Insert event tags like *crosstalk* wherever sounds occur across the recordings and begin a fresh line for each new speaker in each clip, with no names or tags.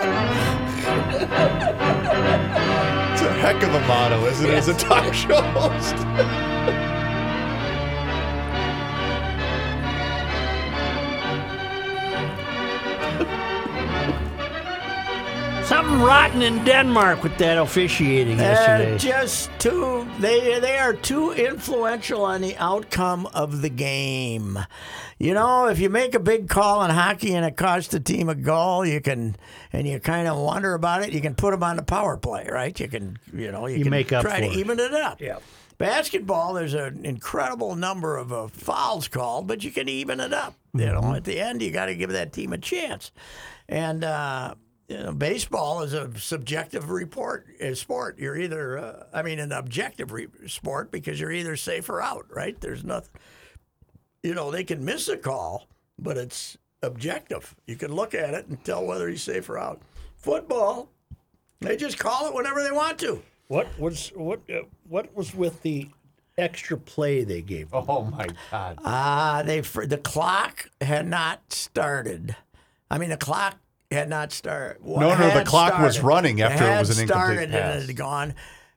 It's a heck of a motto, isn't it, as a talk show host?
Something rotten in Denmark with that officiating
Uh, They're
yesterday.
just too they they are too influential on the outcome of the game. You know, if you make a big call in hockey and it costs the team a goal, you can and you kind of wonder about it. You can put them on the power play, right? You can you know you,
You
can
make up
try to
for it.
even it up.
Yeah.
Basketball, there's an incredible number of uh, fouls called, but you can even it up. You
Mm-hmm.
know, at the end, you got to give that team a chance. And uh, you know, baseball is a subjective report uh, sport. You're either, uh, I mean, an objective re- sport because you're either safe or out. Right? There's nothing. You know, they can miss a call, but it's objective. You can look at it and tell whether he's safe or out. Football, they just call it whenever they want to.
what was what uh, what was with the extra play they gave?
Oh my God.
Ah, they fr- the clock had not started. I mean, the clock had not started.
No, no, the clock was running after it was an incomplete
started
pass.
and it had gone.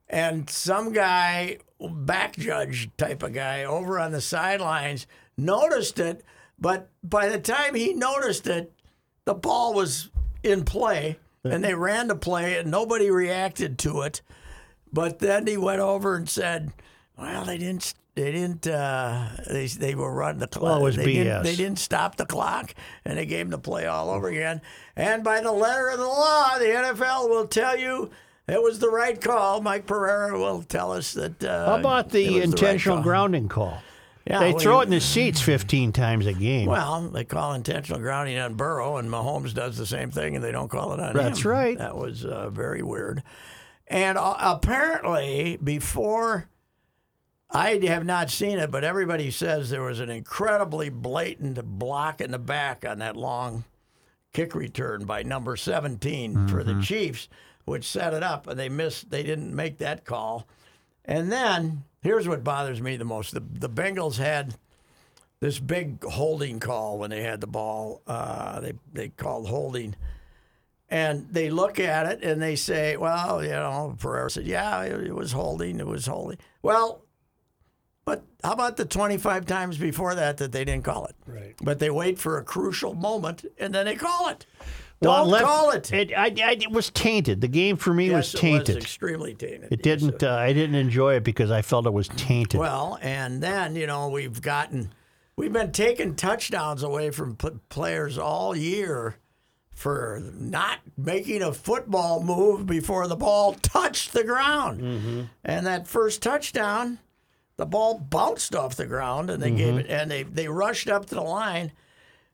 And some guy, back judge type of guy, over on the sidelines noticed it. But by the time he noticed it, the ball was in play, and they ran the play, and nobody reacted to it. But then he went over and said, "Well, they didn't. They didn't. Uh, they they were running the clock.
Well, it was
they
BS.
Didn't, they didn't stop the clock, and they gave him the play all over again. And by the letter of the law, the NFL will tell you." It was the right call. Mike Pereira will tell us that. Uh,
How about
it was
the
right
intentional
call.
grounding call?
Oh, Yeah,
they
well,
throw
you-
it in the seats 15 times a game.
Well, they call intentional grounding on Burrow, and Mahomes does the same thing, and they don't call it on him.
That's right.
That was uh, very weird. And uh, apparently, before I have not seen it, but everybody says there was an incredibly blatant block in the back on that long kick return by number 17 for
Mm-hmm.
the Chiefs, which set it up, and they missed. They didn't make that call. And then here's what bothers me the most: the the Bengals had this big holding call when they had the ball. Uh, they they called holding, and they look at it and they say, "Well, you know," Pereira said, "Yeah, it, it was holding. It was holding." Well, but how about the 25 times before that that they didn't call it?
Right.
But they wait for a crucial moment and then they call it.
Well,
Don't
left-
call it.
I, I- it was tainted. The game for me
Yes,
was tainted.
It was extremely tainted.
it didn't. Uh, I didn't enjoy it because I felt it was tainted.
Well, and then you know we've gotten, we've been taking touchdowns away from p- players all year for not making a football move before the ball *laughs* touched the ground. And that first touchdown, the ball bounced off the ground, and they
Mm-hmm.
gave it, and they they rushed up to the line.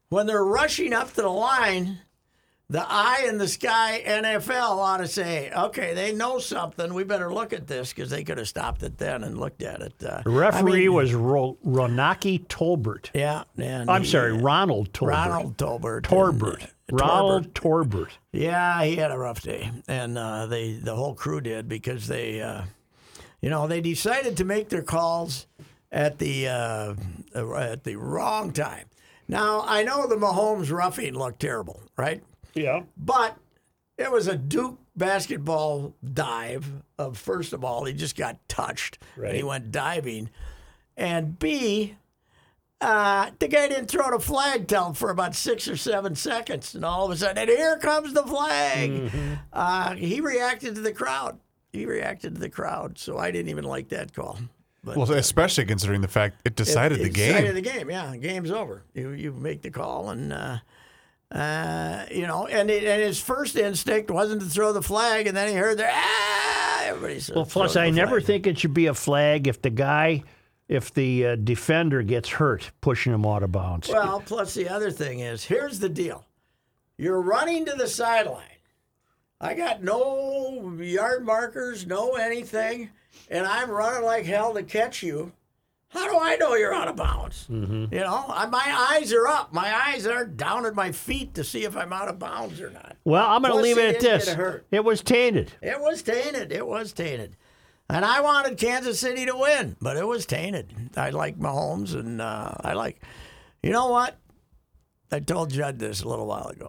When they're rushing up to the line. The eye in the sky NFL ought to say, okay, they know something. We better look at this because they could have stopped it then and looked at it. Uh,
the referee
I mean,
was Ro- Ronaki Tolbert.
Yeah. And
I'm
he-
sorry, Ronald Tolbert.
Ronald Tolbert.
Torbert.
And-
Ronald Torbert.
Yeah, he had a rough day, and uh, they the whole crew did because they, uh, you know, they decided to make their calls at the uh, at the wrong time. Now I know the Mahomes roughing looked terrible, right?
Yeah.
But it was a Duke basketball dive of first of all, he just got touched. and He
Right.
went diving. And B, uh, the guy didn't throw the flag till for about six or seven seconds. And all of a sudden, and here comes the flag. Uh, he reacted to the crowd. He reacted to the crowd. So I didn't even like that call. But
Well, especially considering the fact it decided the
it Decided
game.
the game, yeah. Game's over. You you make the call, and uh, uh, you know, and it, and his first instinct wasn't to throw the flag, and then he heard the ah. Everybody said.
Well, plus,
throw
I
the
never
flag."
think it should be a flag if the guy, if the uh, defender gets hurt pushing him out of bounds.
Well, plus the other thing is, here's the deal. You're running to the sideline. I got no yard markers, no anything, and I'm running like hell to catch you. How do I know you're out of bounds? You know, I, my eyes are up. My eyes aren't down at my feet to see if I'm out of bounds or not.
Well, I'm going to
Plus,
leave
he
it at
didn't
this.
get hurt.
It was tainted.
It was tainted. It was tainted. And I wanted Kansas City to win, but it was tainted. I like Mahomes, and uh, I like, you know what? I told Judd this a little while ago.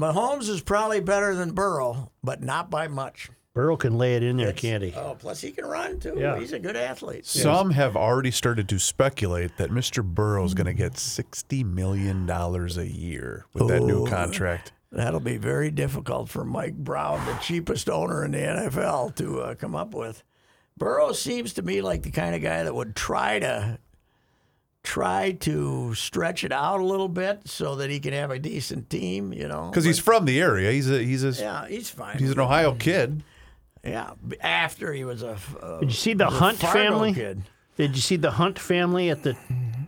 Mahomes is probably better than Burrow, but not by much.
Burrow can lay it in there, can't he?
Oh, plus he can run too.
Yeah.
He's a good athlete.
Some have already started to speculate that Mr. Burrow's going to get $60 million a year with that new contract.
That'll be very difficult for Mike Brown, the cheapest owner in the NFL, to uh, come up with. Burrow seems to me like the kind of guy that would try to try to stretch it out a little bit so that he can have a decent team. You know,
Because he's from the area. He's a, he's a,
yeah, he's fine.
he's an Ohio kid.
yeah, after he was a f- uh,
Did you see the
was a
Hunt
Fargo
family?
kid.
Did you see the Hunt family at the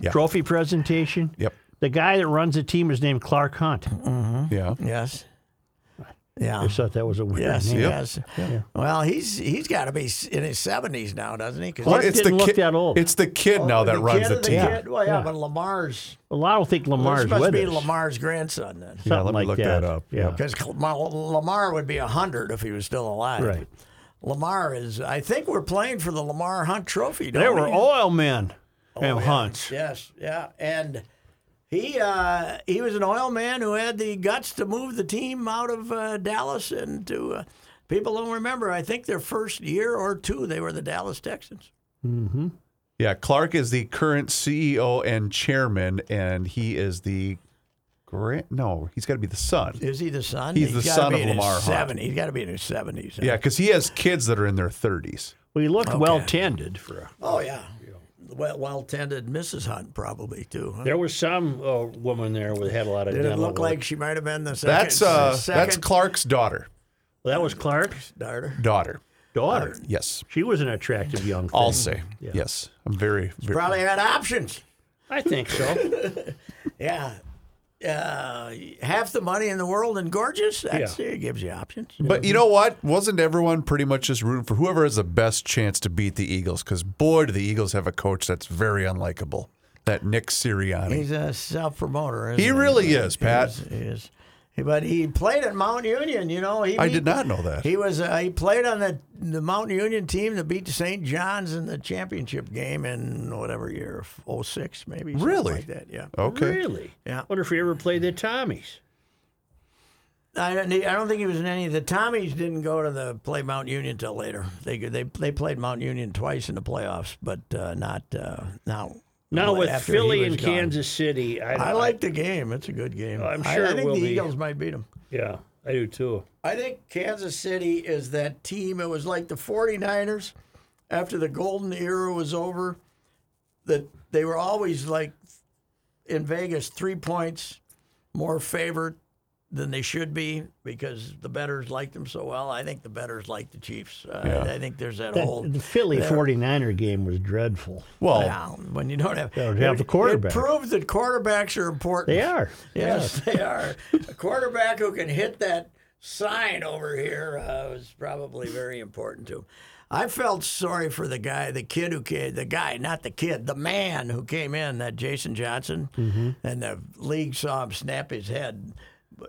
Yeah.
trophy presentation?
Yep.
The guy that runs the team is named Clark Hunt.
Yeah.
Yes. Yeah.
I thought that was a weird
Yes,
name.
yes. Well, he's he's got to be s- in his seventies now, doesn't he? 'Cause
What?
he's-
It didn't look
kid,
that old.
It's the kid now that
Oh, the
runs
kid
the
or
team.
kid? Well, yeah,
Yeah.
but Lamar's
Well, I don't think Lamar's
this must
with
be
us.
Lamar's grandson then,
Something
let me
like
look
that.
that up.
Yeah.
because Lamar would be hundred if he was still alive.
Right.
Lamar is. I think we're playing for the Lamar Hunt Trophy. Don't
They
we?
were oil men and
Oh, yeah.
hunts.
Yes. Yeah. And he uh, he was an oil man who had the guts to move the team out of uh, Dallas and to. Uh, people don't remember. I think their first year or two, they were the Dallas Texans.
Yeah, Clark is the current CEO and chairman, and he is the grand. No, he's got to be the son.
Is he the son?
He's the
gotta
son
be
of
in his
Lamar Hunt.
70. He's got to be in his seventies.
Yeah, because he has kids that are in their thirties.
We looked well tended for. A,
Oh yeah. Well, well tended Mrs. Hunt probably too. Huh?
there was some uh, woman there with had a lot of.
Did it
dental
look
work.
like she might have been the second?
That's uh,
the
that's
second
Clark's daughter.
that was Clark's
daughter.
Daughter. Oh.
daughter?
Yes,
She was an attractive young. Thing.
I'll say. Yes, I'm very. very
Probably had options.
I think so.
Yeah. Uh, half the money in the world and gorgeous. That's,
Yeah.
It gives you options.
but you know what? Wasn't everyone pretty much just rooting for whoever has the best chance to beat the Eagles? Because boy, do the Eagles have a coach that's very unlikable. That Nick Sirianni.
He's a self promoter.
He really is, Pat.
He is. But he played at Mount Union. You know, he
I
beat-
did not know that.
He was uh, he played on the the Mountain Union team that beat St. John's in the championship game in whatever year, 06 maybe. something
Really? Oh,
Like that, yeah.
Okay.
Really?
Yeah.
Wonder if he ever played the Tommies.
I don't, I don't think he was in any. The Tommies didn't go to the play Mount Union till later. They they they played Mount Union twice in the playoffs, but uh, not uh, now.
Now with
after he
Philly
was
and
gone.
Kansas City, I,
I like the game. It's a good game.
I'm
I-
sure
I,
it
think
will
the
be.
Eagles might beat them.
Yeah, I do too.
I think Kansas City is that team. It was like the 49ers after the golden era was over, that they were always like in Vegas, three points more favored than they should be because the betters like them so well. I think the betters like the Chiefs. Uh, I think there's that,
That, *laughs*
whole.
the Philly 49er game was dreadful.
Well,
Yeah, when you don't have,
don't have the
It-
quarterback.
It proves that quarterbacks are important.
They are.
Yes, they are. A quarterback who can hit that sign over here uh, is probably very important to him. I felt sorry for the guy, the kid who came, the guy, not the kid, the man who came in, that Jason Johnson,
Mm-hmm.
and the league saw him snap his head.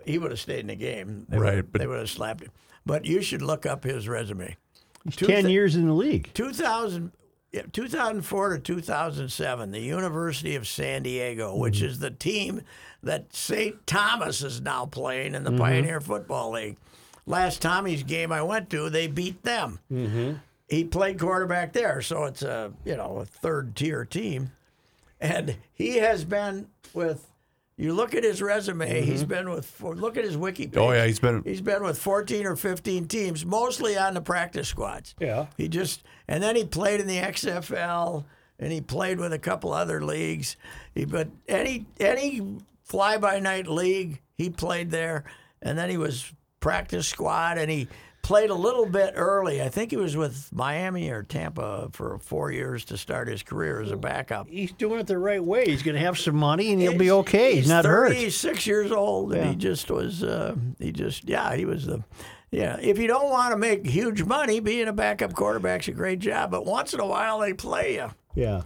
He would have stayed in the game. They
Right,
would have,
but-
they would have slapped him. But you should look up his resume.
He's 10 years in the league.
2000, yeah, 2004 to 2007, the University of San Diego, which
Mm-hmm.
is the team that St. Thomas is now playing
Mm-hmm.
in the Pioneer Football League. Last Tommy's game I went to, they beat them.
Mm-hmm.
He played quarterback there, so it's a you know a third tier team, and he has been with. You look at his resume. He's been with. four- Look at his wiki page.
Mm-hmm. oh yeah, he's been.
He's been with 14 or 15 teams, mostly on the practice squads.
Yeah.
He just and then he played in the XFL and he played with a couple other leagues. He, but any any fly by night league he played there, and then he was practice squad and he played a little bit early. I think he was with Miami or Tampa for four years to start his career as a backup.
He's doing it the right way.
He's going to have some money and he'll be okay. He's, not hurt.
He's six years old, and he just was. Uh, he just, yeah, he was the. Yeah, if you don't want to make huge money, being a backup quarterback's a great job. But once in a while, they play you.
Yeah.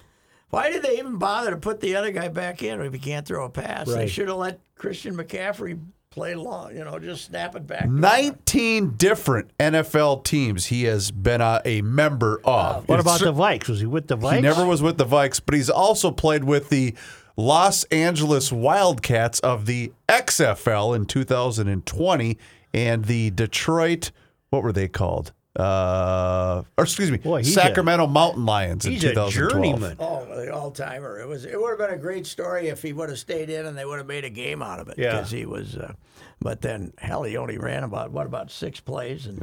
Why did they even bother to put the other guy back in if he can't throw a pass? They
Right.
should have let Christian McCaffrey play long. You know, just snap it back. to him.
19 different NFL teams he has been a, a member of.
What
It's
about
cer-
the Vikes? Was he with the Vikes?
He never was with the Vikes, but he's also played with the Los Angeles Wildcats of the XFL in 2020 and the Detroit, what were they called? Uh, or excuse me,
Boy, he's
Sacramento Mountain Lions in
He's a
2012.
journeyman.
Oh, the all timer! It was. It would have been a great story if he would have stayed in and they would have made a game out of it.
Yeah.
because he was. Uh, but then hell, he only ran about what about six plays, and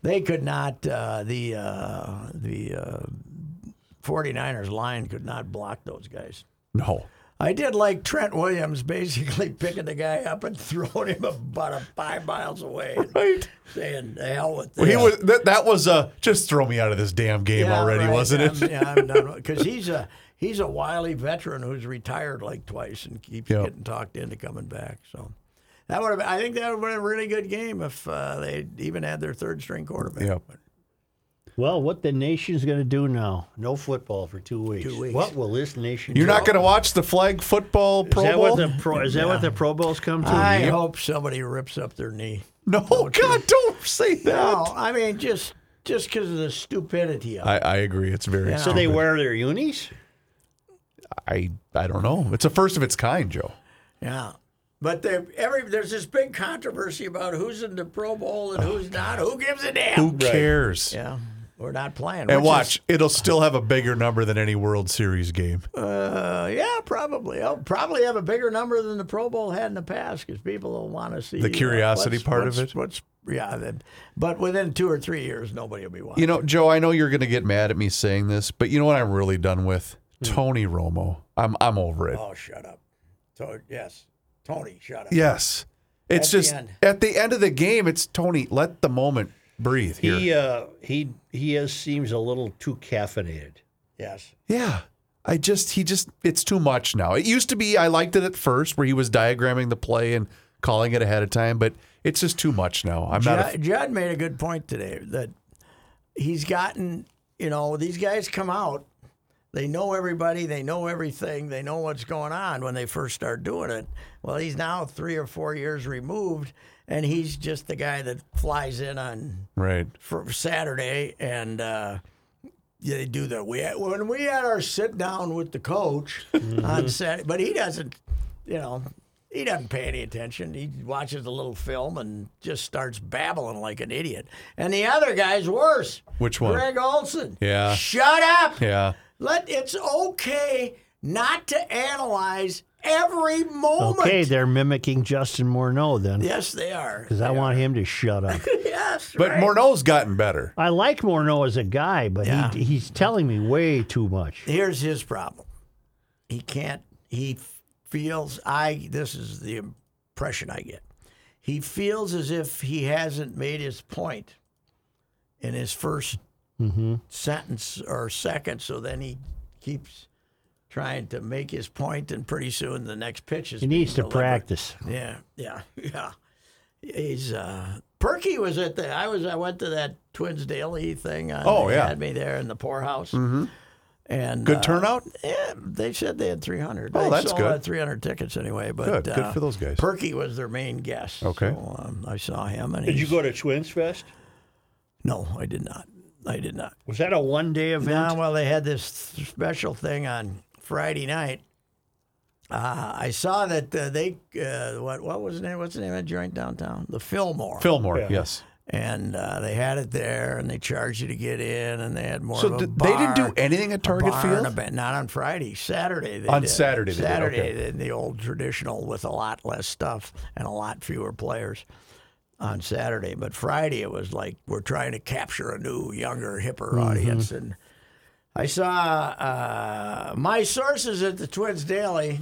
they could not. Uh, the uh, the uh, 49ers line could not block those guys.
No.
I did like Trent Williams basically *laughs* picking the guy up and *laughs* throwing him about a five miles away, and
Right.
saying "the hell with
Well,
this."
he was that, that was a just throw me out of this damn game
Yeah,
already,
right.
wasn't it?
Um,
I'm, yeah, I'm done because he's a he's a wily veteran who's retired like twice and keeps
Yeah.
getting talked into coming back. So that would have I think that would have been a really good game if uh, they even had their third string quarterback.
Yeah.
But
Well, what the nation's going to do now? No football for two weeks.
Two weeks.
What will this nation
You're
do?
not going to watch the flag football Pro
is that
Bowl?
What the pro, is that what the Pro Bowls come to?
I hope somebody rips up their knee.
no, *laughs* God, don't say that.
No, I mean just just because of the stupidity of it.
I, I agree. It's very.
so they
stupid.
wear their unis?
I I don't know. It's a first of its kind, Joe.
Yeah. But there, every there's this big controversy about who's in the Pro Bowl and who's not. Who gives a damn?
Oh, Who cares?
Yeah, we're not playing.
And
which is-
watch, it'll still have a bigger number than any World Series game.
Uh, yeah, probably. I'll probably have a bigger number than the Pro Bowl had in the past because people will want to see
The
uh,
curiosity
what's-
part of
what's-
it?
What's yeah, then, but within two or three years, nobody will be watching.
*laughs* You know, Joe, I know you're going to get mad at me saying this, but you know what I'm really done with? Tony Romo. I'm I'm over it.
Hmm. oh, shut up. To- yes, Tony, shut up.
Yes. It's
At the
just
end.
at the end of the game, it's Tony, let the moment breathe here.
He uh, he he is, seems a little too caffeinated.
Yes.
Yeah. I just, he just, it's too much now. It used to be, I liked it at first where he was diagramming the play and calling it ahead of time, but it's just too much now. I'm not, a,
Judd, Judd made a good point today that he's gotten, you know, these guys come out, they know everybody, they know everything, they know what's going on when they first start doing it. Well, he's now three or four years removed, and he's just the guy that flies in on
right.
for Saturday, and uh, yeah, they do that. We had, when we had our sit down with the coach
Mm-hmm.
on Saturday, but he doesn't, you know, he doesn't pay any attention. He watches a little film and just starts babbling like an idiot. And the other guy's worse.
Which one?
Greg Olson.
Yeah.
Shut up.
Yeah.
Let it's okay not to analyze every moment.
Okay, they're mimicking Justin Morneau then,
Yes, they are.
because I want him to shut up.
*laughs* Yes.
But
right.
Morneau's gotten better.
I like Morneau as a guy, but
Yeah.
he, he's telling me way too much.
here's his problem. He can't. He f- feels I. This is the impression I get. He feels as if he hasn't made his point in his 1st
Mm-hmm.
sentence or second. So then he keeps trying to make his point, and pretty soon the next pitch is.
He needs to
being delivered.
practice.
Yeah, yeah, *laughs* yeah. He's uh Perky was at the I was I went to that Twins Daily thing. On,
Oh,
they
yeah.
had me there in the poorhouse. Mm-hmm. And
Good
uh,
turnout?
Yeah, they said they had 300.
Oh,
They
that's
sold
good.
out 300 tickets anyway. But
Good, good
uh,
for those guys.
Perky was their main guest.
Okay.
so, um, I saw him. And
Did you
he's-
go to Twins Fest?
No, I did not. I did not.
Was that a one day
No,
event?
well, they had this special thing on Friday night. Uh, I saw that uh, they uh, what what was the name? What's the name of that joint downtown? The Fillmore.
Fillmore, yes.
and uh, they had it there, and they charged you to get in, and they had more.
So
of a
did- they didn't do
bar-
anything at
a
Target
bar and
Field?
a ba- not on Friday, Saturday. They
On
did.
Saturday they did,
Saturday,
okay.
did the old traditional with a lot less stuff and a lot fewer players on Saturday. But Friday it was like we're trying to capture a new, younger,
Mm-hmm.
hipper audience, and I saw uh, my sources at the Twins Daily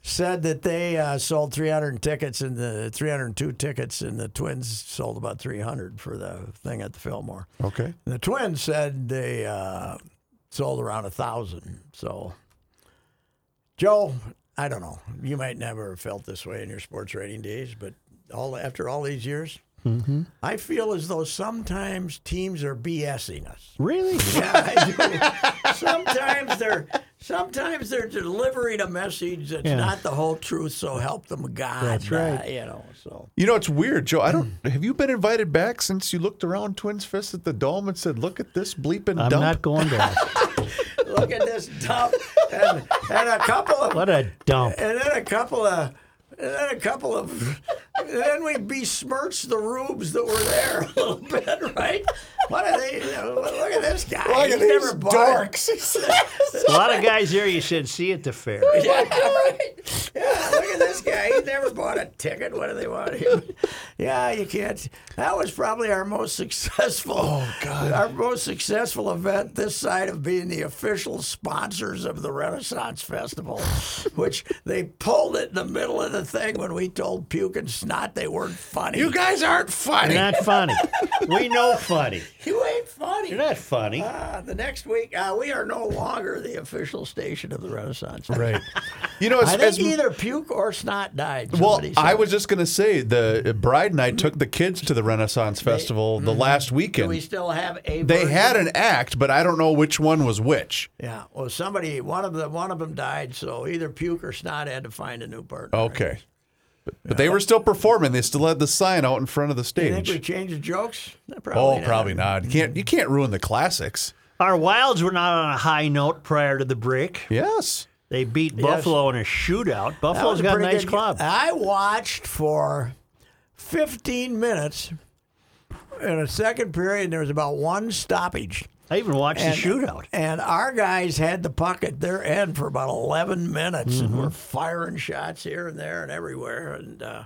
said that they uh, sold 300 tickets in the 302 tickets, and the Twins sold about 300 for the thing at the Fillmore.
Okay.
And the Twins said they uh, sold around a thousand. So, Joe, I don't know. You might never have felt this way in your sports rating days, but all after all these years,
Mm-hmm.
I feel as though sometimes teams are BSing
*laughs*
us.
Really?
Yeah, I do. sometimes they're sometimes they're delivering a message that's
Yeah.
not the whole truth. So help them God.
That's right.
uh, you know. So
You know, it's weird, Joe. I don't. Have you been invited back since you looked around Twins Fist at the dome and said, "Look at this bleeping
I'm
dump"?
not going back.
look at this dump and, and a couple of
what a dump.
and then a couple of and then a couple of and then we besmirched the rubes that were there a little *laughs* bit, right? What are they? Look at this guy.
Look
He's
at these
never bought it.
dorks.
*laughs*
A lot of guys there, you said, see at the fair.
*laughs*
Yeah, right. *laughs* Yeah, look at this guy. He never bought a ticket. What do they want
*laughs*
him? Yeah, you can't. That was probably our most successful. Oh God. Our most successful event this side of being the official sponsors of the Renaissance Festival,
*laughs*
which they pulled it in the middle of the thing when we told Puke and Snot they weren't funny.
You guys aren't funny.
Not funny. We know funny.
You ain't funny.
You're not funny.
Ah, the next week, uh, we are no longer the official station of the Renaissance.
*laughs* right. You know, it's,
I think
it's-
either puke or snot died.
well,
somebody
I
said.
was just gonna say the uh, bride and I took the kids to the Renaissance Festival the last weekend.
We still have a.
they
version-
had an act, but I don't know which one was which.
Yeah. Well, somebody one of the one of them died, so either puke or snot had to find a new partner.
Okay. But, but they were still performing. They still had the sign out in front of the
You think we
stage.
changed the jokes? No,
oh, probably not. You can't you can't ruin the classics.
Our Wilds were not on a high note prior to the break.
Yes.
They beat Buffalo in a shootout.
That was
Buffalo's got a
pretty
nice
good-
club.
I watched for 15 minutes in a second period, and there was about one stoppage.
I even watched
And- uh,
the shootout.
And our guys had the puck at their end for about 11 minutes and
Mm-hmm.
were firing shots here and there and everywhere. And uh,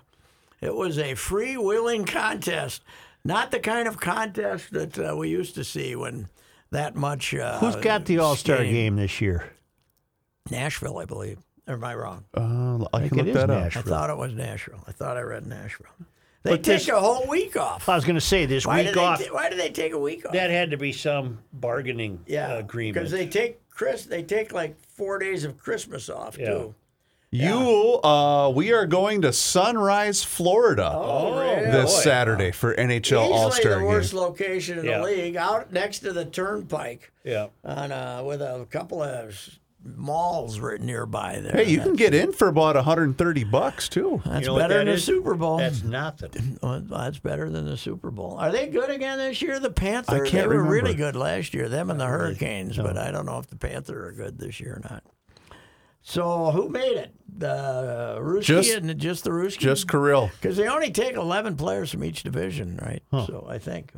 it was a freewheeling contest, not the kind of contest that uh, we used to see when that much. Uh,
Who's got the All Star
skating-
game this year?
Nashville, I believe. Or am I wrong?
Uh, I can
it
look
is
that up.
Nashville.
I thought it was Nashville. I thought I read Nashville. They
But
take
this-
a whole week off.
I was going to say this
Why, do
week
they
off.
ta- why do they take a week off?
that had to be some bargaining
yeah,
agreement.
Because they take Chris, they take like four days of Christmas off
Yeah.
too.
You, uh, we are going to Sunrise, Florida
Oh, really?
this
boy.
Saturday for NHL
Easily
All Star
the
Game.
worst location in
Yeah.
the league, out next to the turnpike,
yeah.
on uh, with a couple of s- malls right nearby there.
Hey, you can get in for about 130 bucks too.
that's
You know what
better
that
than the
is?
Super Bowl.
That's nothing.
*laughs* Well, that's better than the Super Bowl. Are they good again this year? The Panthers.
can't
they were
remember.
really good last year. Them and the Hurricanes, but I don't know if the Panthers are good this year or not. So who made it? The uh, Ruski
Just-
and just the Ruski.
Just Kirill.
Because they only take 11 players from each division, right? So I think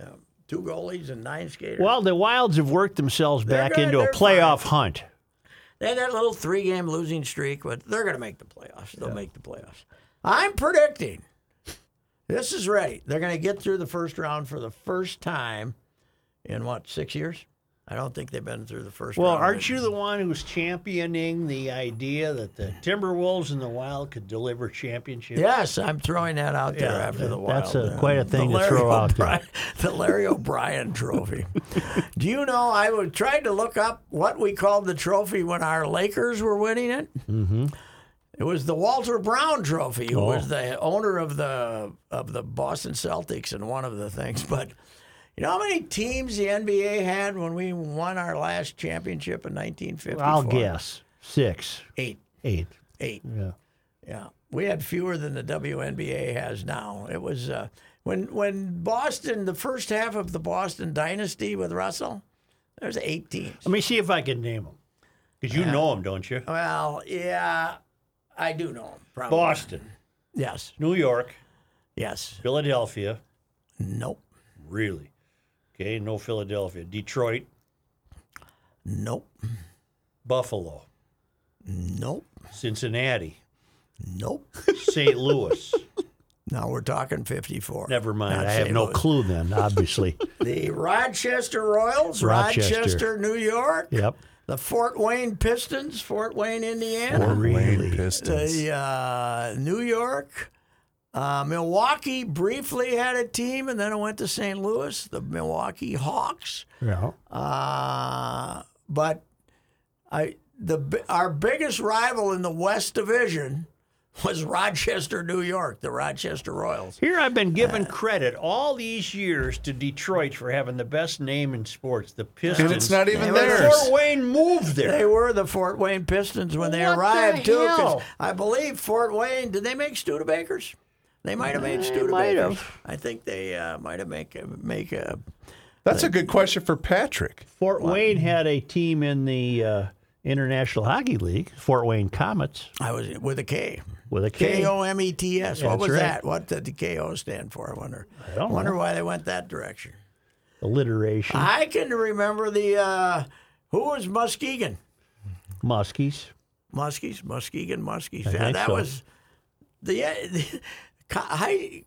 um, two goalies and nine skaters.
Well, the Wilds have worked themselves back
good,
into a
they're
playoff hunt.
they had that little three game losing streak, but they're going to make the playoffs. They'll make the playoffs. I'm predicting this is ready. They're going to get through the first round for the first time in what, six years? I don't think they've been through the first
Well,
round.
aren't you the one who's championing the idea that the Timberwolves and the Wild could deliver championships?
Yes, I'm throwing that out there
Yeah,
after the wild.
that's a-
uh,
quite a
the
thing to
Larry
throw out there.
O'Brien- *laughs* The Larry O'Brien
*laughs*
Trophy. Do you know? I was trying to look up what we called the trophy when our Lakers were winning it. Mm-hmm. It was the Walter Brown Trophy, who
Oh.
was the owner of the of the Boston Celtics and one of the things. *laughs* But you know how many teams the NBA had when we won our last championship in 1954?
I'll guess six,
eight.
eight.
Eight.
Yeah.
Yeah, we had fewer than the WNBA has now. It was uh, when when Boston, the first half of the Boston dynasty with Russell, there's eight teams.
Let me see if I can name them. Because you know them, don't you?
Well, yeah, I do know 'em, Probably.
Boston,
Yes.
New York,
Yes.
Philadelphia.
Nope.
Really? Okay, no Philadelphia. Detroit,
Nope.
Buffalo,
Nope.
Cincinnati,
Nope. *laughs*
St. *laughs* Louis.
now we're talking 54.
Never mind.
Not
I have
St.
no
Louis.
clue then, obviously.
The Rochester Royals,
Rochester.
Rochester, New York.
*laughs* yep.
the Fort Wayne Pistons, Fort Wayne, Indiana.
Wayne Pistons.
The uh, New York, uh, Milwaukee briefly had a team, and then it went to St. Louis, the Milwaukee Hawks.
Yeah.
Uh, but I the bi- our biggest rival in the West Division was Rochester, New York, the Rochester Royals.
Here I've been given credit all these years to Detroit for having the best name in sports, the Pistons.
and it's not even
And
theirs.
Fort Wayne moved
They
there.
were the Fort Wayne Pistons when they
What the
arrived too. 'cause
hell?
I believe Fort Wayne. Did they make Studebakers? They might have made Studebakers. I think they uh, might have make make a.
That's a good question for Patrick.
Fort Wayne had a team in the uh, International Hockey League, Fort Wayne Comets,
I was with a K.
with a K.
K O M E T S. What
That's
was
right.
that? What did the K O stand for? I wonder. I
don't
wonder why they went that direction.
Alliteration.
I can remember the uh, who was Muskegon.
Muskies.
Muskies, Muskegon, Muskies. Yeah,
think
that
so.
was the, uh, the *laughs* co- high,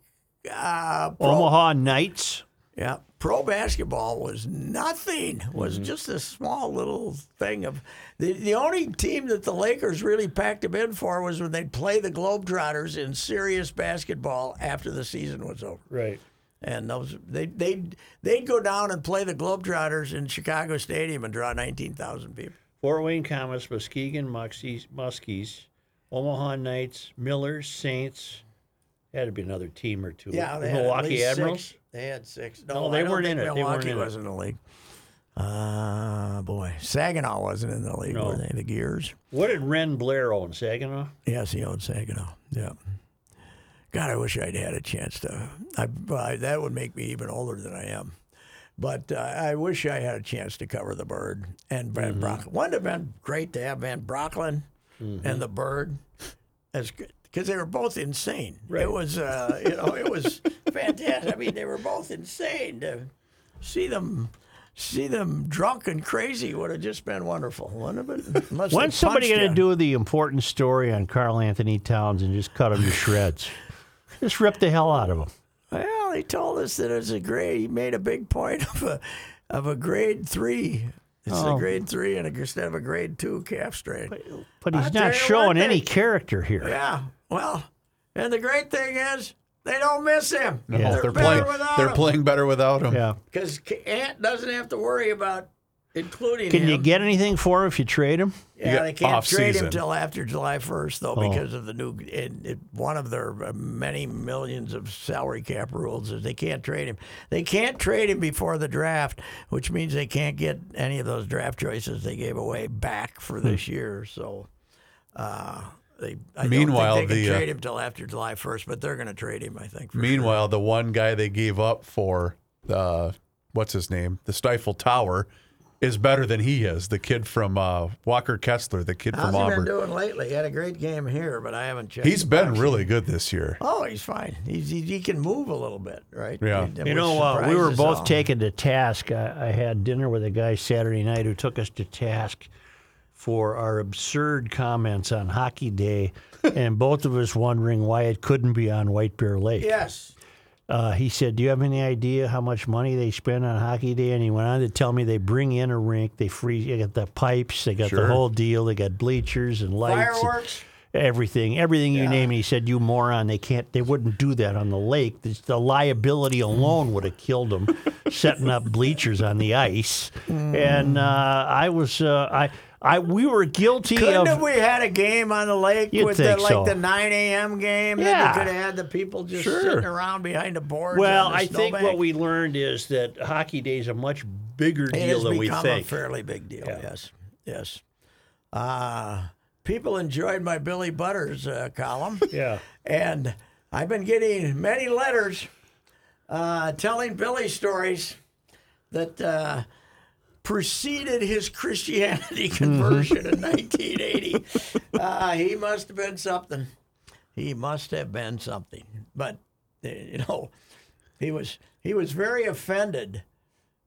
uh, pro,
Omaha Knights.
yeah, pro basketball was nothing. Was
Mm-hmm.
just a small little thing of the the only team that the Lakers really packed them in for was when they'd play the Globetrotters in serious basketball after the season was over.
Right.
And those they they they'd go down and play the Globetrotters in Chicago Stadium and draw nineteen thousand people.
Fort Wayne Comets, Muskegon Muxies, Muskies, Omaha Knights, Millers, Saints. Had to be another team or two.
Yeah, they had at
Milwaukee
least six.
Admirals.
They had six.
No, they
I don't
weren't
think
in it. They weren't
Milwaukee
in it.
was in the league. Uh boy, Saginaw wasn't in the league,
No.
were they? The Gears.
What did Ren Blair own? Saginaw.
Yes, he owned Saginaw. Yeah. God, I wish I'd had a chance to. I, I that would make me even older than I am. But uh, I wish I had a chance to cover the bird and Van
Mm-hmm.
Brocklin. Wouldn't it have been great to have Van Brocklin
Mm-hmm.
and the bird as because they were both insane. It was uh, you know it
*laughs*
was fantastic. I mean they were both insane to see them. See them drunk and crazy would have just been wonderful, wouldn't it? Unless they
When's somebody
punched
going
you.
to do the important story on Carl Anthony Towns and just cut him to *laughs* shreds? just rip the hell out of him.
Well, he told us that it's a grade. He made a big point *laughs* of a of a grade three. It's a grade three and a, instead of a grade two calf strain.
But he's
I'll tell you
not
what,
showing
they-
any character here.
Yeah. Well, and the great thing is they don't miss him.
Oh,
They're,
they're
better
playing.
without
They're
him.
playing better without him.
Yeah.
because Ant doesn't have to worry about including
Can
him.
you get anything for him if you trade him?
Yeah,
got Oh.
they can't trade
off-season.
him till after July 1st, though, because of the new it, it, one of their uh, many millions of salary cap rules is they can't trade him. They can't trade him before the draft, which means they can't get any of those draft choices they gave away back for
Hmm.
this year. So, uh, they I don't
Meanwhile,
think they can
the, uh,
trade him till after July 1st, but they're going to trade him, I think. For
Meanwhile, the one guy they gave up for, uh, what's his name, the Stifle Tower, is better than he is. The kid from uh, Walker Kessler, the kid
How's
from
he been
Auburn.
doing lately? He had a great game here, but I haven't checked.
He's been really good this year.
Oh, he's fine. He's, he, he can move a little bit, right?
Yeah.
And
You
which
know, uh, we were
surprises
both
all.
taken to task. I, I had dinner with a guy Saturday night who took us to task for our absurd comments on Hockey
*laughs*
Day, and both of us wondering why it couldn't be on White Bear Lake.
Yes.
Uh, he said, "Do you have any idea how much money they spend on Hockey Day?" And he went on to tell me they bring in a rink, they free, they got the pipes, they got
Sure.
the whole deal, they got bleachers and lights, and
Fireworks.
everything, everything you name. And he said, "You moron! They can't, they wouldn't do that on the lake. The, the liability alone would have killed
*laughs*
them, setting up bleachers on the ice."
Hmm.
And uh, I was, uh, I, I, we were guilty
Couldn't
of.
have we had a game on the lake
You'd
with the,
think
like
so.
the 9 a.m. game? Then
Yeah.
you could have had the people just
Sure.
sitting around behind the board.
Well,
on the
I think
snowbank.
what we learned is that hockey day is a much bigger
it
deal
has
than we
become
think.
a fairly big deal. Yes, yes. Uh, people enjoyed my Billy Butters uh,
*laughs*
column.
Yeah.
and I've been getting many letters uh, telling Billy stories that uh, preceded his Christianity *laughs* conversion in 1980. Uh, he must have been something. He must have been something. But uh, you know, he was he was very offended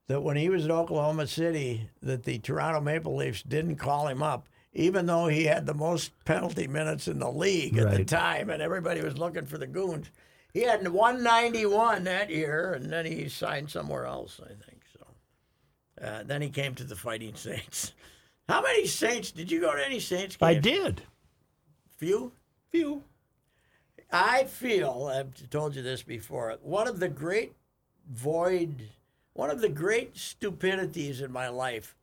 that when he was in Oklahoma City, that the Toronto Maple Leafs didn't call him up, even though he had the most penalty minutes in the league at the time, and everybody was looking for the goons. He had 191 that year, and then he signed somewhere else, I think. So uh, then he came to the Fighting Saints, How many Saints did you go to any Saints games?
I did.
Few.
Few.
I feel I've told you this before. One of the great void, one of the great stupidities in my life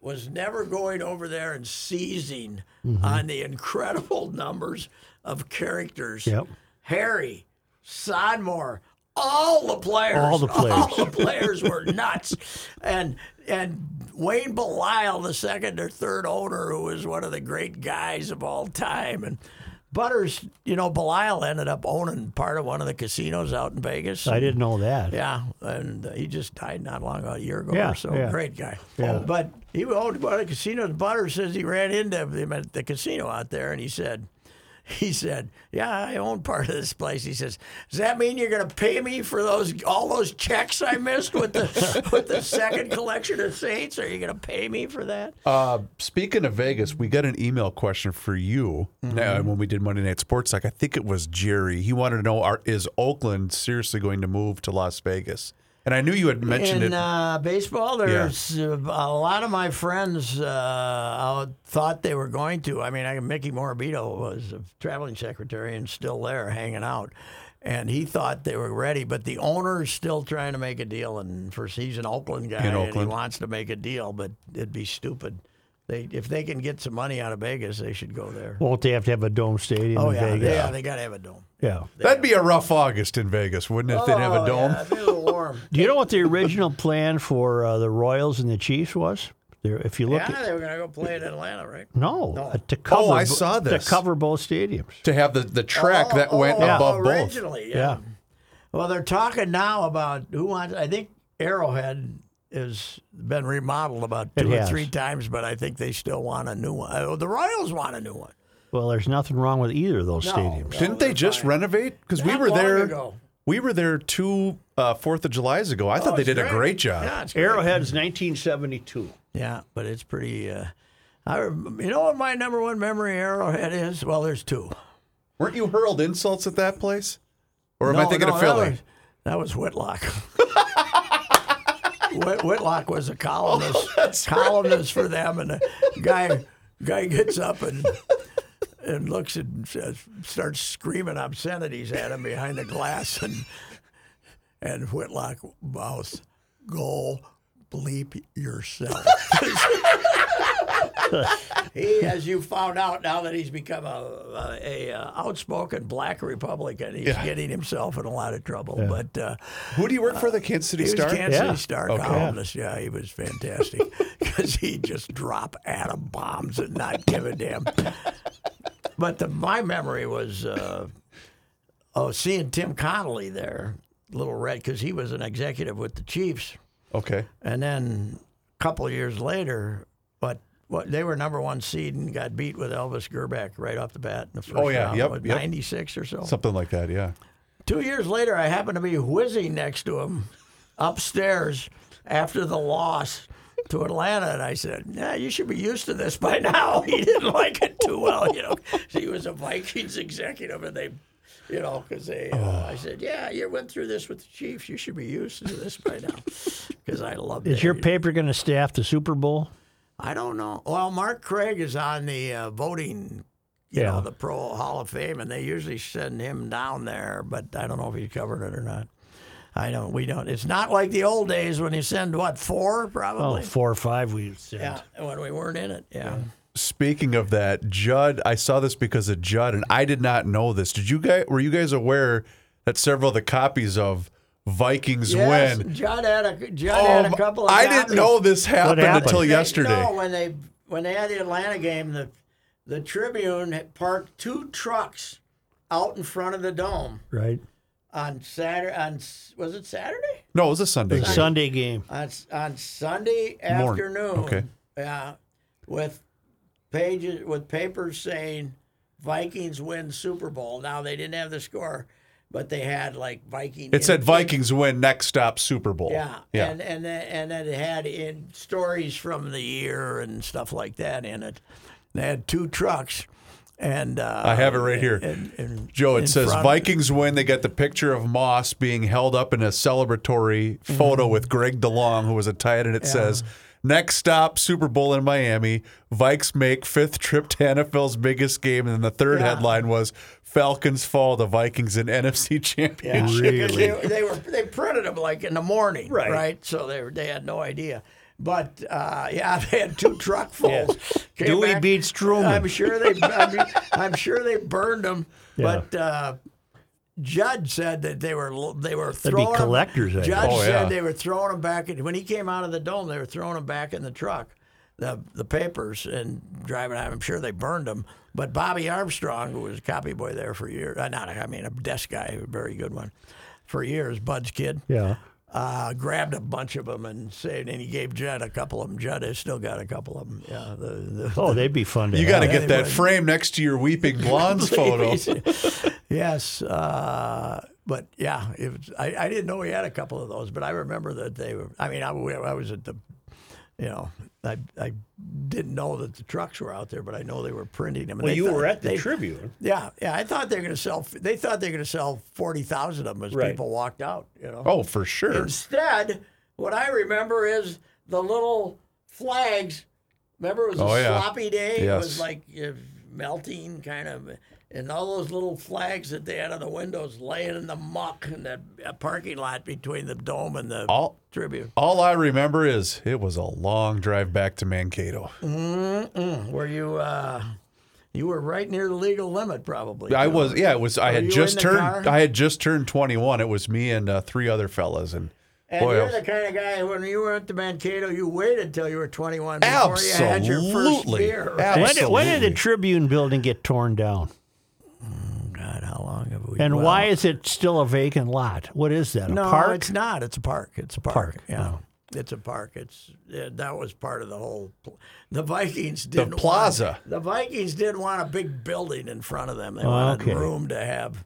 was never going over there and seizing
Mm-hmm.
on the incredible *laughs* numbers of characters.
Yep.
Harry, Sodmore, all the players,
All the players.
*laughs* all the players were nuts, and and Wayne Belisle, the second or third owner, who was one of the great guys of all time, and. Butters, you know, Belisle ended up owning part of one of the casinos out in Vegas.
I didn't know that.
Yeah, and uh, he just died not long ago, a year ago
Yeah,
or so.
yeah.
Great guy. Oh, But he owned one of the casinos. Butter says he ran into him at the casino out there, and he said, *laughs* he said, "Yeah, I own part of this place." He says, "Does that mean you're going to pay me for those all those checks I missed with the *laughs* with the second collection of Saints? Are you going to pay me for that?"
Uh, speaking of Vegas, we got an email question for you
Mm-hmm.
now, when we did Monday Night Sports Talk. I think it was Jerry. He wanted to know are, is Oakland seriously going to move to Las Vegas? And I knew you had mentioned
in
it.
uh, baseball, there's uh a lot of my friends uh, out- thought they were going to. I mean, I, Mickey Morabito was a traveling secretary and still there hanging out. And he thought they were ready, but the owner's still trying to make a deal. And first, he's an Oakland guy, and he
Oakland.
wants to make a deal, but it'd be stupid. They, if they can get some money out of Vegas, they should go there.
Won't they have to have a dome stadium
oh
in
yeah,
Vegas?
yeah, they got to have a dome. Oh,
Yeah.
That'd be a rough August in Vegas, wouldn't it? If they'd have a dome.
Yeah, it'd be a little warm.
Do you know what the original plan for uh, the Royals and the Chiefs was? There, if you look
yeah,
at
they were going to go play in Atlanta, right?
no, uh, to cover bo-
I saw this.
to cover both stadiums.
To have the, the track that went
Oh,
above both.
Originally, yeah.
Yeah.
Well, they're talking now about who wants. I think Arrowhead has been remodeled about
It
two or
has.
three times, but I think they still want a new one. Oh, the Royals want a new one.
Well, there's nothing wrong with either of those
No.
stadiums.
Didn't they just renovate? Because we
Not
were
long
there.
ago.
We were there two uh, Fourth of July's ago. I thought they
it's
did a great job.
Yeah, it's great.
Arrowhead's 1972.
Yeah, but it's pretty. Uh, I rem- you know what my number one memory of Arrowhead is? Well, there's two.
Weren't you hurled insults at that place? Or am I
No,
thinking
no,
of
that
Philly?
was- That was, Whitlock. *laughs* Whit, Whitlock was a
*laughs*
columnist, columnist for them, and the guy guy gets up and and looks and says, starts screaming obscenities at him behind the glass, and and Whitlock mouths, "Go bleep yourself." he, as you found out now that he's become a, a, a uh, outspoken black Republican, he's getting himself in a lot of trouble. But uh,
Who do you work for? The Kansas City
he was
Star.
Kansas City
Yeah.
Star
Okay.
columnist. Yeah, he was fantastic *laughs* because he just drop atom bombs and not give a damn. But the, my memory was uh, oh seeing Tim Connolly there, Little Red, because he was an executive with the Chiefs.
Okay.
And then a couple of years later, but what they were number one seed and got beat with Elvis Gerback right off the bat in the first
Oh, yeah.
round.
Yep,
What,
yep.
96 or so.
Something like that, yeah.
Two years later, I happened to be whizzing next to him upstairs after the loss to Atlanta, and I said, "Yeah, you should be used to this by *laughs* now." He didn't like it too well, you know. He was a Vikings executive, and they, you know, because they,
Oh.
uh, I said, "Yeah, you went through this with the Chiefs. You should be used to this by now," because I love.
Is your paper going to staff the Super Bowl?
I don't know. Well, Mark Craig is on the uh, voting, you
Yeah.
know, the Pro Hall of Fame, and they usually send him down there, but I don't know if he's covered it or not. I don't. We don't. It's not like the old days when you send what four
Oh,
probably.
four or five we sent.
yeah, when we weren't in it. Yeah.
Speaking of that, Judd, I saw this because of Judd, and I did not know this. Did you guys? Were you guys aware that several of the copies of Vikings
Yes,
win?
Judd had a Judd had
Oh,
a couple. Of
I didn't
copies.
know this happened,
happened?
until
They-
They-
yesterday.
No, when they when they had the Atlanta game, the the Tribune had parked two trucks out in front of the dome
Right?
on Saturday. On S- was it Saturday?
No, it was a Sunday. game.
Sunday game.
on on Sunday
Morn-
afternoon.
okay.
Yeah, with pages with papers saying Vikings win Super Bowl. Now they didn't have the score, but they had like Viking.
It said Vikings win next stop Super Bowl.
Yeah,
yeah.
and and then, and then it had in stories from the year and stuff like that in it. They had two trucks, and uh,
I have it right here.
And, and
Joe,
in
it says
front of-
Vikings win. They got the picture of Moss
Mm-hmm.
being held up in a celebratory photo with Greg DeLong, who was a tight end. It says, Next stop, Super Bowl in Miami. Vikes make fifth trip to NFL's biggest game. And then the third headline was Falcons fall the Vikings in *laughs*
*laughs*
NFC Championship.
Really? They, they were they printed them like in the morning, right?
Right.
So they were, they had no idea. But uh, *laughs* yeah, they had two
*laughs*
truckfuls. Came
Dewey
back-
beats Truman.
I'm sure they I'm, I'm sure they burned them. But uh, Judd said that they were l- they were
be
throwing 'em-
collectors, I
Judd
think. Oh,
said
yeah.
they were throwing them back in, when he came out of the dome. They were throwing them back in the truck, the the papers and driving. out. I'm sure they burned them. But Bobby Armstrong, who was a copy boy there for years, uh, not a- I mean a desk guy, a very good one, for years, Bud's kid
Yeah.
uh, grabbed a bunch of them and saved, and he gave Judd a couple of them. Judd has still got a couple of them. Yeah, the, the,
Oh, they'd be fun to
You got to
have.
get that frame next to your
*laughs*
Weeping Blondes photo.
yes, uh, but yeah, it was, I, I didn't know he had a couple of those, but I remember that they were. I mean, I, wa- I was at the, you know, I, I didn't know that the trucks were out there, but I know they were printing them. and
Well,
they
you
thought-
were at the
they-
Tribune.
Yeah, yeah. I thought they were going to sell. They thought they were going to sell forty thousand of them as
Right.
people walked out. You know.
Oh, for sure.
Instead, what I remember is the little flags. Remember, it was a
Oh, yeah.
sloppy day. It
Yes.
was like uh, melting, kind of, and all those little flags that they had on the windows laying in the muck in that uh, parking lot between the dome and the
All
Tribune,
all I remember is it was a long drive back to Mankato.
where you uh, you were right near the legal limit, probably.
I
too.
was yeah, it was I
you
had
in
just
the
turned
car?
I had just turned 21. It was me and uh, three other fellas and,
And
boy, I
you're
was-
the kind of guy when you were at the Mankato, you waited till you were 21 before you had your first
Absolutely.
beer.
Ab-
When did, when did the
Absolutely.
Tribune building get torn down?
God, how long have we?
And
well,
why is it still a vacant lot? What is that? A
No,
park?
it's not. It's a park. It's a park. Yeah. It's a park. It's yeah, that was part of the whole. Pl- the Vikings didn't want-
plaza.
the Vikings didn't want a big building in front of them. They wanted
okay.
room to have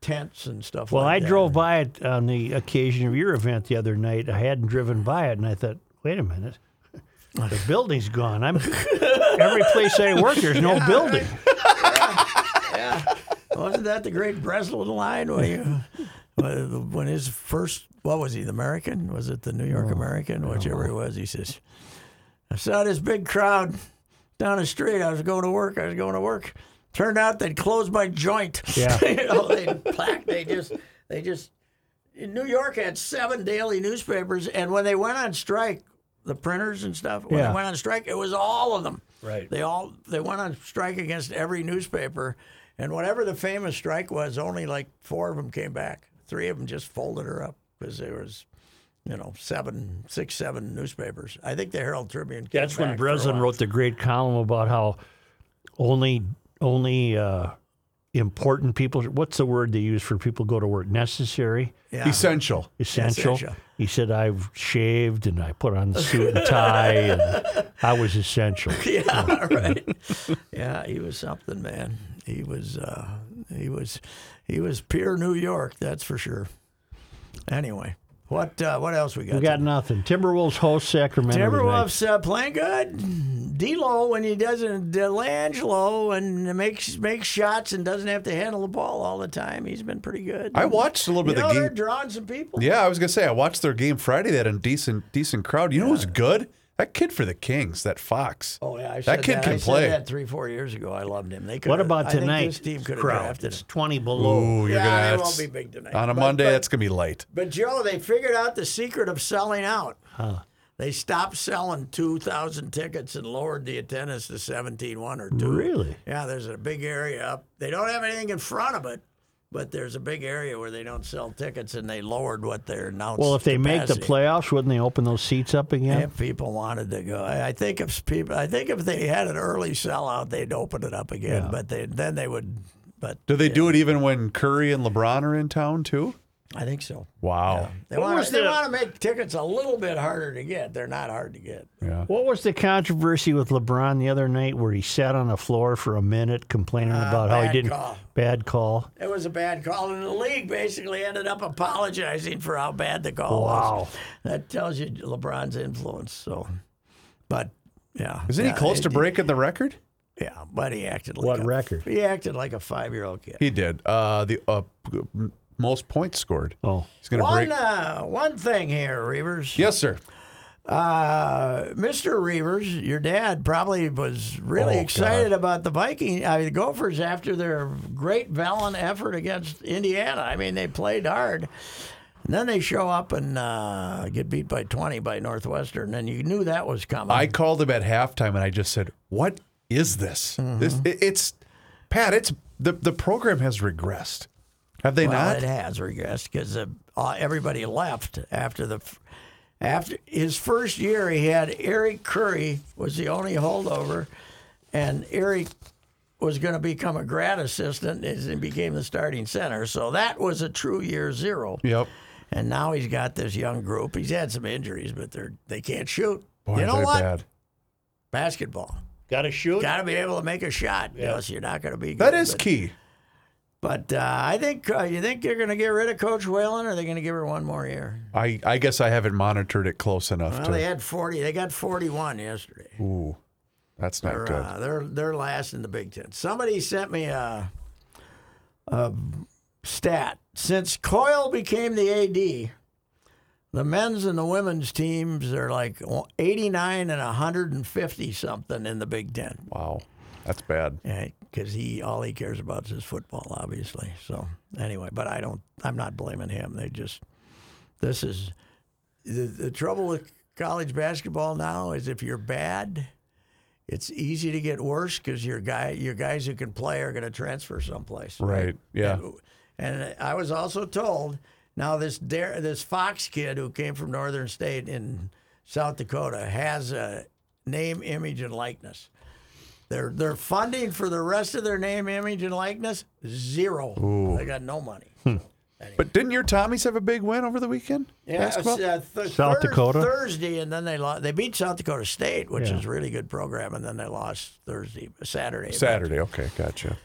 tents and stuff.
Well,
like
I
that.
drove by it on the occasion of your event the other night. I hadn't driven by it, and I thought, wait a minute, *laughs* the building's gone. I'm every place I work, there's no building.
Wasn't that the great Breslin line when
*laughs*
you when when his first what was he the American was it the New York American whichever it was he says I saw this big crowd down the street I was going to work I was going to work turned out they'd closed my joint *laughs*
Yeah.
you know they plaque they just they just in New York had seven daily newspapers and when they went on strike the printers and stuff when
Yeah.
they went on strike it was all of them
Right.
they all they went on strike against every newspaper, and whatever the famous strike was, only like four of them came back. Three of them just folded her up because there was, you know, seven, six, seven newspapers. I think the Herald Tribune. Came
That's when
back for a
Breslin
while.
wrote the great column about how only only uh, important people. What's the word they use for people go to work? Necessary.
Yeah.
essential.
essential.
Essential.
He said, I've shaved and I put on the suit and tie, and
*laughs*
I was essential. *laughs*
yeah, *laughs* right. Yeah, he was something, man. He was, uh, he was, he was pure New York. That's for sure. Anyway, what uh, what else we got?
We got nothing. Timberwolves host Sacramento. tonight.
Timberwolves uh, playing good. D'Lo when he doesn't, Delangelo and makes makes shots and doesn't have to handle the ball all the time. He's been pretty good.
I watched a little
you
bit
know,
of the
they're
game.
drawing some people.
Yeah, I was gonna say I watched their game Friday. That in decent decent crowd. You know who's good? That kid for the Kings, that Fox.
Oh yeah, I said
that kid can
I
play.
Said that three four years ago, I loved him. They could.
What about
I
tonight?
think this team could have
crowd?
drafted
It's
him.
20 below.
Ooh, you're gonna
yeah, it
that's-
won't be big tonight.
on a
But-
Monday.
but-
that's gonna be late.
But Joe, they figured out the secret of selling out. They stopped selling two thousand tickets and lowered the attendance to seventeen one or two.
Really?
Yeah, there's a big area up. They don't have anything in front of it, but there's a big area where they don't sell tickets, and they lowered what they're announced.
Well, if they make the
capacity.
playoffs, wouldn't they open those seats up again?
If people wanted to go, I I think if people, I think if they had an early sellout, they'd open it up again. But they, then they would. But
Do they do it even when Curry and LeBron are in town too?
I think so.
Wow.
They want
was
to they
the-
want to make tickets a little bit harder to get. They're not hard to get.
What was the controversy with LeBron the other night where he sat on the floor for a minute complaining about how he
Ah, bad
didn't.
call.
Bad call.
It was a bad call, and the league basically ended up apologizing for how bad the call was.
Wow.
That tells you LeBron's influence. So, but yeah,
Isn't
yeah,
he close
it-
to breaking the record?
Yeah, but he acted like
What
a,
record?
He acted like a five-year-old kid.
He did. Uh, the uh, most points scored.
*laughs* Oh.
He's gonna
one
break.
uh, one thing here, Reavers.
Yes, sir.
uh, Mr. Reavers, your dad probably was really
Oh,
excited
God.
about the Viking, I mean, the Gophers after their great valiant effort against Indiana. I mean, they played hard. And then they show up and uh, get beat by 20 by Northwestern, and you knew that was coming.
I called him at halftime and I just said, "What is this? This
Mm-hmm.
it, it's Pat. It's the the program has regressed. Have they
Well,
not?
it has regressed because uh, everybody left after the f- after his first year. He had Eric Curry was the only holdover, and Eric was going to become a grad assistant as he became the starting center. So that was a true year zero.
Yep.
And now he's got this young group. He's had some injuries, but they're they can't shoot.
Boy,
you know
they're
what?
bad.
Basketball.
Got to shoot.
Got to be able to make a shot. Yes, you're not going to be.
That
good,
is
but-
key.
but uh, I think uh, you think they're going to get rid of Coach Whalen, or are they going to give her one more year?
I I guess I haven't monitored it close enough
Well,
to.
they had forty. They got forty-one yesterday.
Ooh, that's not
They're,
good.
uh, they're they're last in the Big Ten. Somebody sent me a, a stat since Coyle became the AD. The men's and the women's teams are like 89 and 150 something in the Big Ten.
wow, that's bad.
Because he all he cares about is his football, obviously. So anyway, but I don't. I'm not blaming him. They just this is the, the trouble with college basketball now is if you're bad, it's easy to get worse because your guy your guys who can play are going to transfer someplace.
Right. Yeah.
And I was also told now this dare, this Fox kid who came from Northern State in South Dakota has a name, image, and likeness. Their their funding for the rest of their name, image, and likeness zero. They got no
*laughs*
money.
But didn't your Tommies have a big win over the weekend?
Yeah, it
Basketball?
was, uh, th-
South
thir-
Dakota?
Thursday, and then they lost. They beat South Dakota State, which
Yeah.
is a really good program, and then they lost Thursday, Saturday.
Saturday. Okay, gotcha.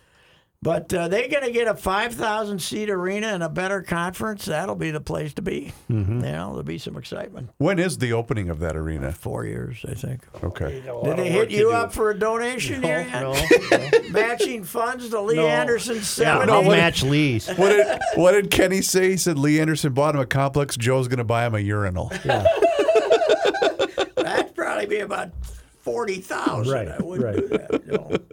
But uh, they're going to get a 5,000 seat arena and a better conference. That'll be the place to be. You know, there'll be some excitement.
When is the opening of that arena?
Four years, I think.
Okay.
Got a lot
Did
of work
they hit
to
you
do.
up for a donation here *laughs* yet?
No, no.
Matching funds to Lee
No.
Anderson 70?
Yeah, no match Lee's.
What did, what did Kenny say? He said Lee Anderson bought him a complex. Joe's going to buy him a urinal.
That'd probably be about 40,000. I
Right,
wouldn't do that. No.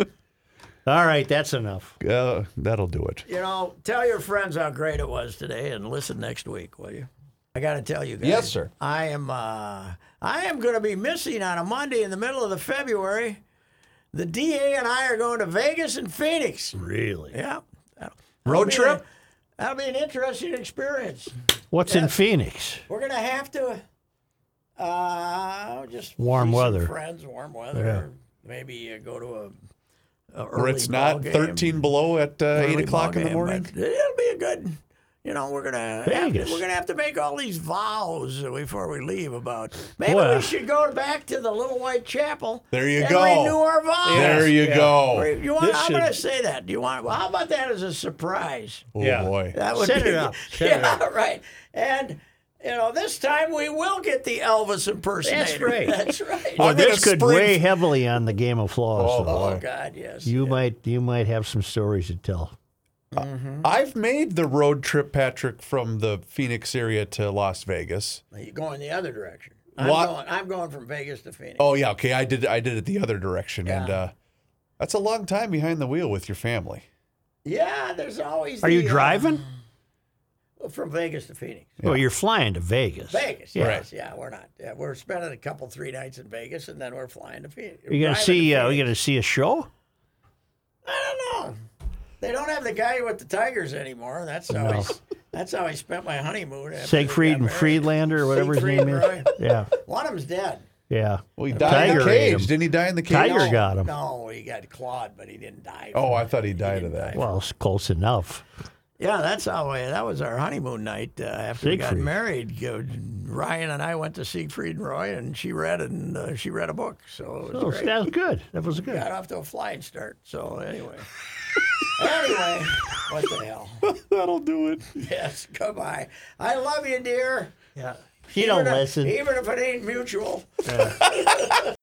All right, that's enough.
Uh, that'll do it.
You know, tell your friends how great it was today and listen next week, will you? I got to tell you guys.
Yes, sir.
I am uh, I am going to be missing on a Monday in the middle of the February. The DA and I are going to Vegas and Phoenix.
Really?
Yeah. That'll
Road
be
trip?
a- that'll be an interesting experience.
What's in Phoenix?
We're going to have to uh, just
Warm
see some
weather.
friends, warm weather. Maybe uh, go to a, a early
Where it's
ball
not
game.
13 below at uh, 8
Early
o'clock in the
ballgame,
morning.
but It'll be a good. You know, we're gonna have to,
Vegas.
we're gonna have to make all these vows before we leave. About maybe
Well.
we should go back to the little white chapel.
There you
and
go.
Renew our vows.
There you go.
Re- You want,
This
I'm
should-
gonna say that. Do you want? Well, how about that as a surprise?
Oh,
Yeah.
boy.
That would
Set
be,
it
*laughs*
up. Set it
yeah, right. And you know, this time we will get the Elvis impersonator.
right.
*laughs* That's right.
Well,
I'm gonna
this could
spring-
weigh heavily on the game of flaws.
Oh,
though.
Oh
boy.
God, yes.
You might you might have some stories to tell. Mm-hmm.
I've made the road trip, Patrick, from the Phoenix area to Las Vegas.
You're going the other direction. I'm
What-
going. I'm going from Vegas to Phoenix.
Oh yeah, okay. I did. I did it the other direction, and
Yeah.
uh, that's a long time behind the wheel with your family.
Yeah, there's always.
Are you
the, uh,
driving?
from Vegas to Phoenix.
Well, you're flying to Vegas.
Vegas,
Yeah.
yes, yeah, we're not. Yeah, we're spending a couple, three nights in Vegas, and then we're flying to Phoenix.
You're gonna
driving
see.
to
Uh, you
Phoenix.
gonna see a show?
I don't know. They don't have the guy with the tigers anymore. That's how I, s- that's how I spent my honeymoon. after
Oh,
we
Siegfried
got
and
married.
Friedlander, or whatever his
Siegfried,
name is.
right.
Yeah,
One of them's dead.
yeah.
Well, he died in
Tiger
the
ate
cage.
him.
Didn't he die in the cage?
Tiger
No,
got him.
No, he got clawed, but he didn't die.
Oh, I thought he died of that.
Well, it's close enough.
Yeah, that's how I, that was our honeymoon night uh, after we got
Siegfried.
married. Uh, Ryan and I went to Siegfried and Roy, and she read and uh, she read a book, so it was
Oh,
great.
that was good. That was good.
Got off to a flying start. So anyway, anyway, what the hell?
*laughs*
That'll do it.
Yes, goodbye. I love you, dear.
Yeah. She don't
Even if-
listen.
even if it ain't mutual.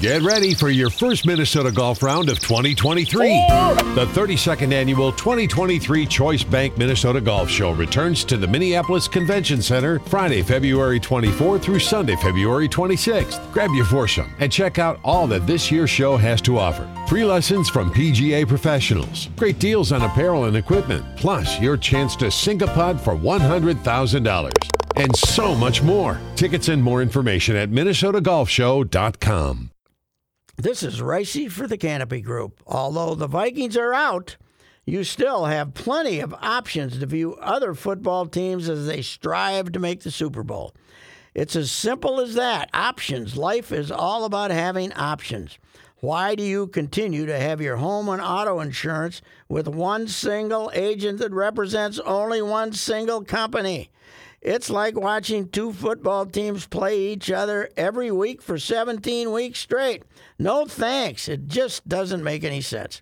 Get ready for your first Minnesota golf round of 2023. The 32nd annual 2023 Choice Bank Minnesota Golf Show returns to the Minneapolis Convention Center Friday, February 24 through Sunday, February 26th. Grab your foursome and check out all that this year's show has to offer. Free lessons from PGA professionals, great deals on apparel and equipment, plus your chance to sink a pod for $100,000 and so much more. Tickets and more information at minnesotagolfshow.com.
This is Ricey for the Canopy Group. Although the Vikings are out, you still have plenty of options to view other football teams as they strive to make the Super Bowl. It's as simple as that. Options. Life is all about having options. Why do you continue to have your home and auto insurance with one single agent that represents only one single company? It's like watching two football teams play each other every week for 17 weeks straight. No thanks. It just doesn't make any sense.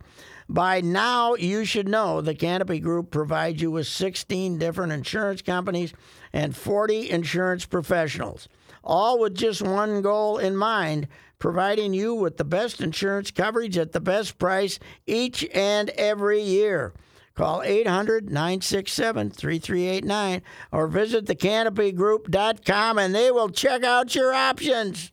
By now, you should know the Canopy Group provides you with 16 different insurance companies and 40 insurance professionals, all with just one goal in mind providing you with the best insurance coverage at the best price each and every year. Call 800 967 3389 or visit thecanopygroup.com and they will check out your options.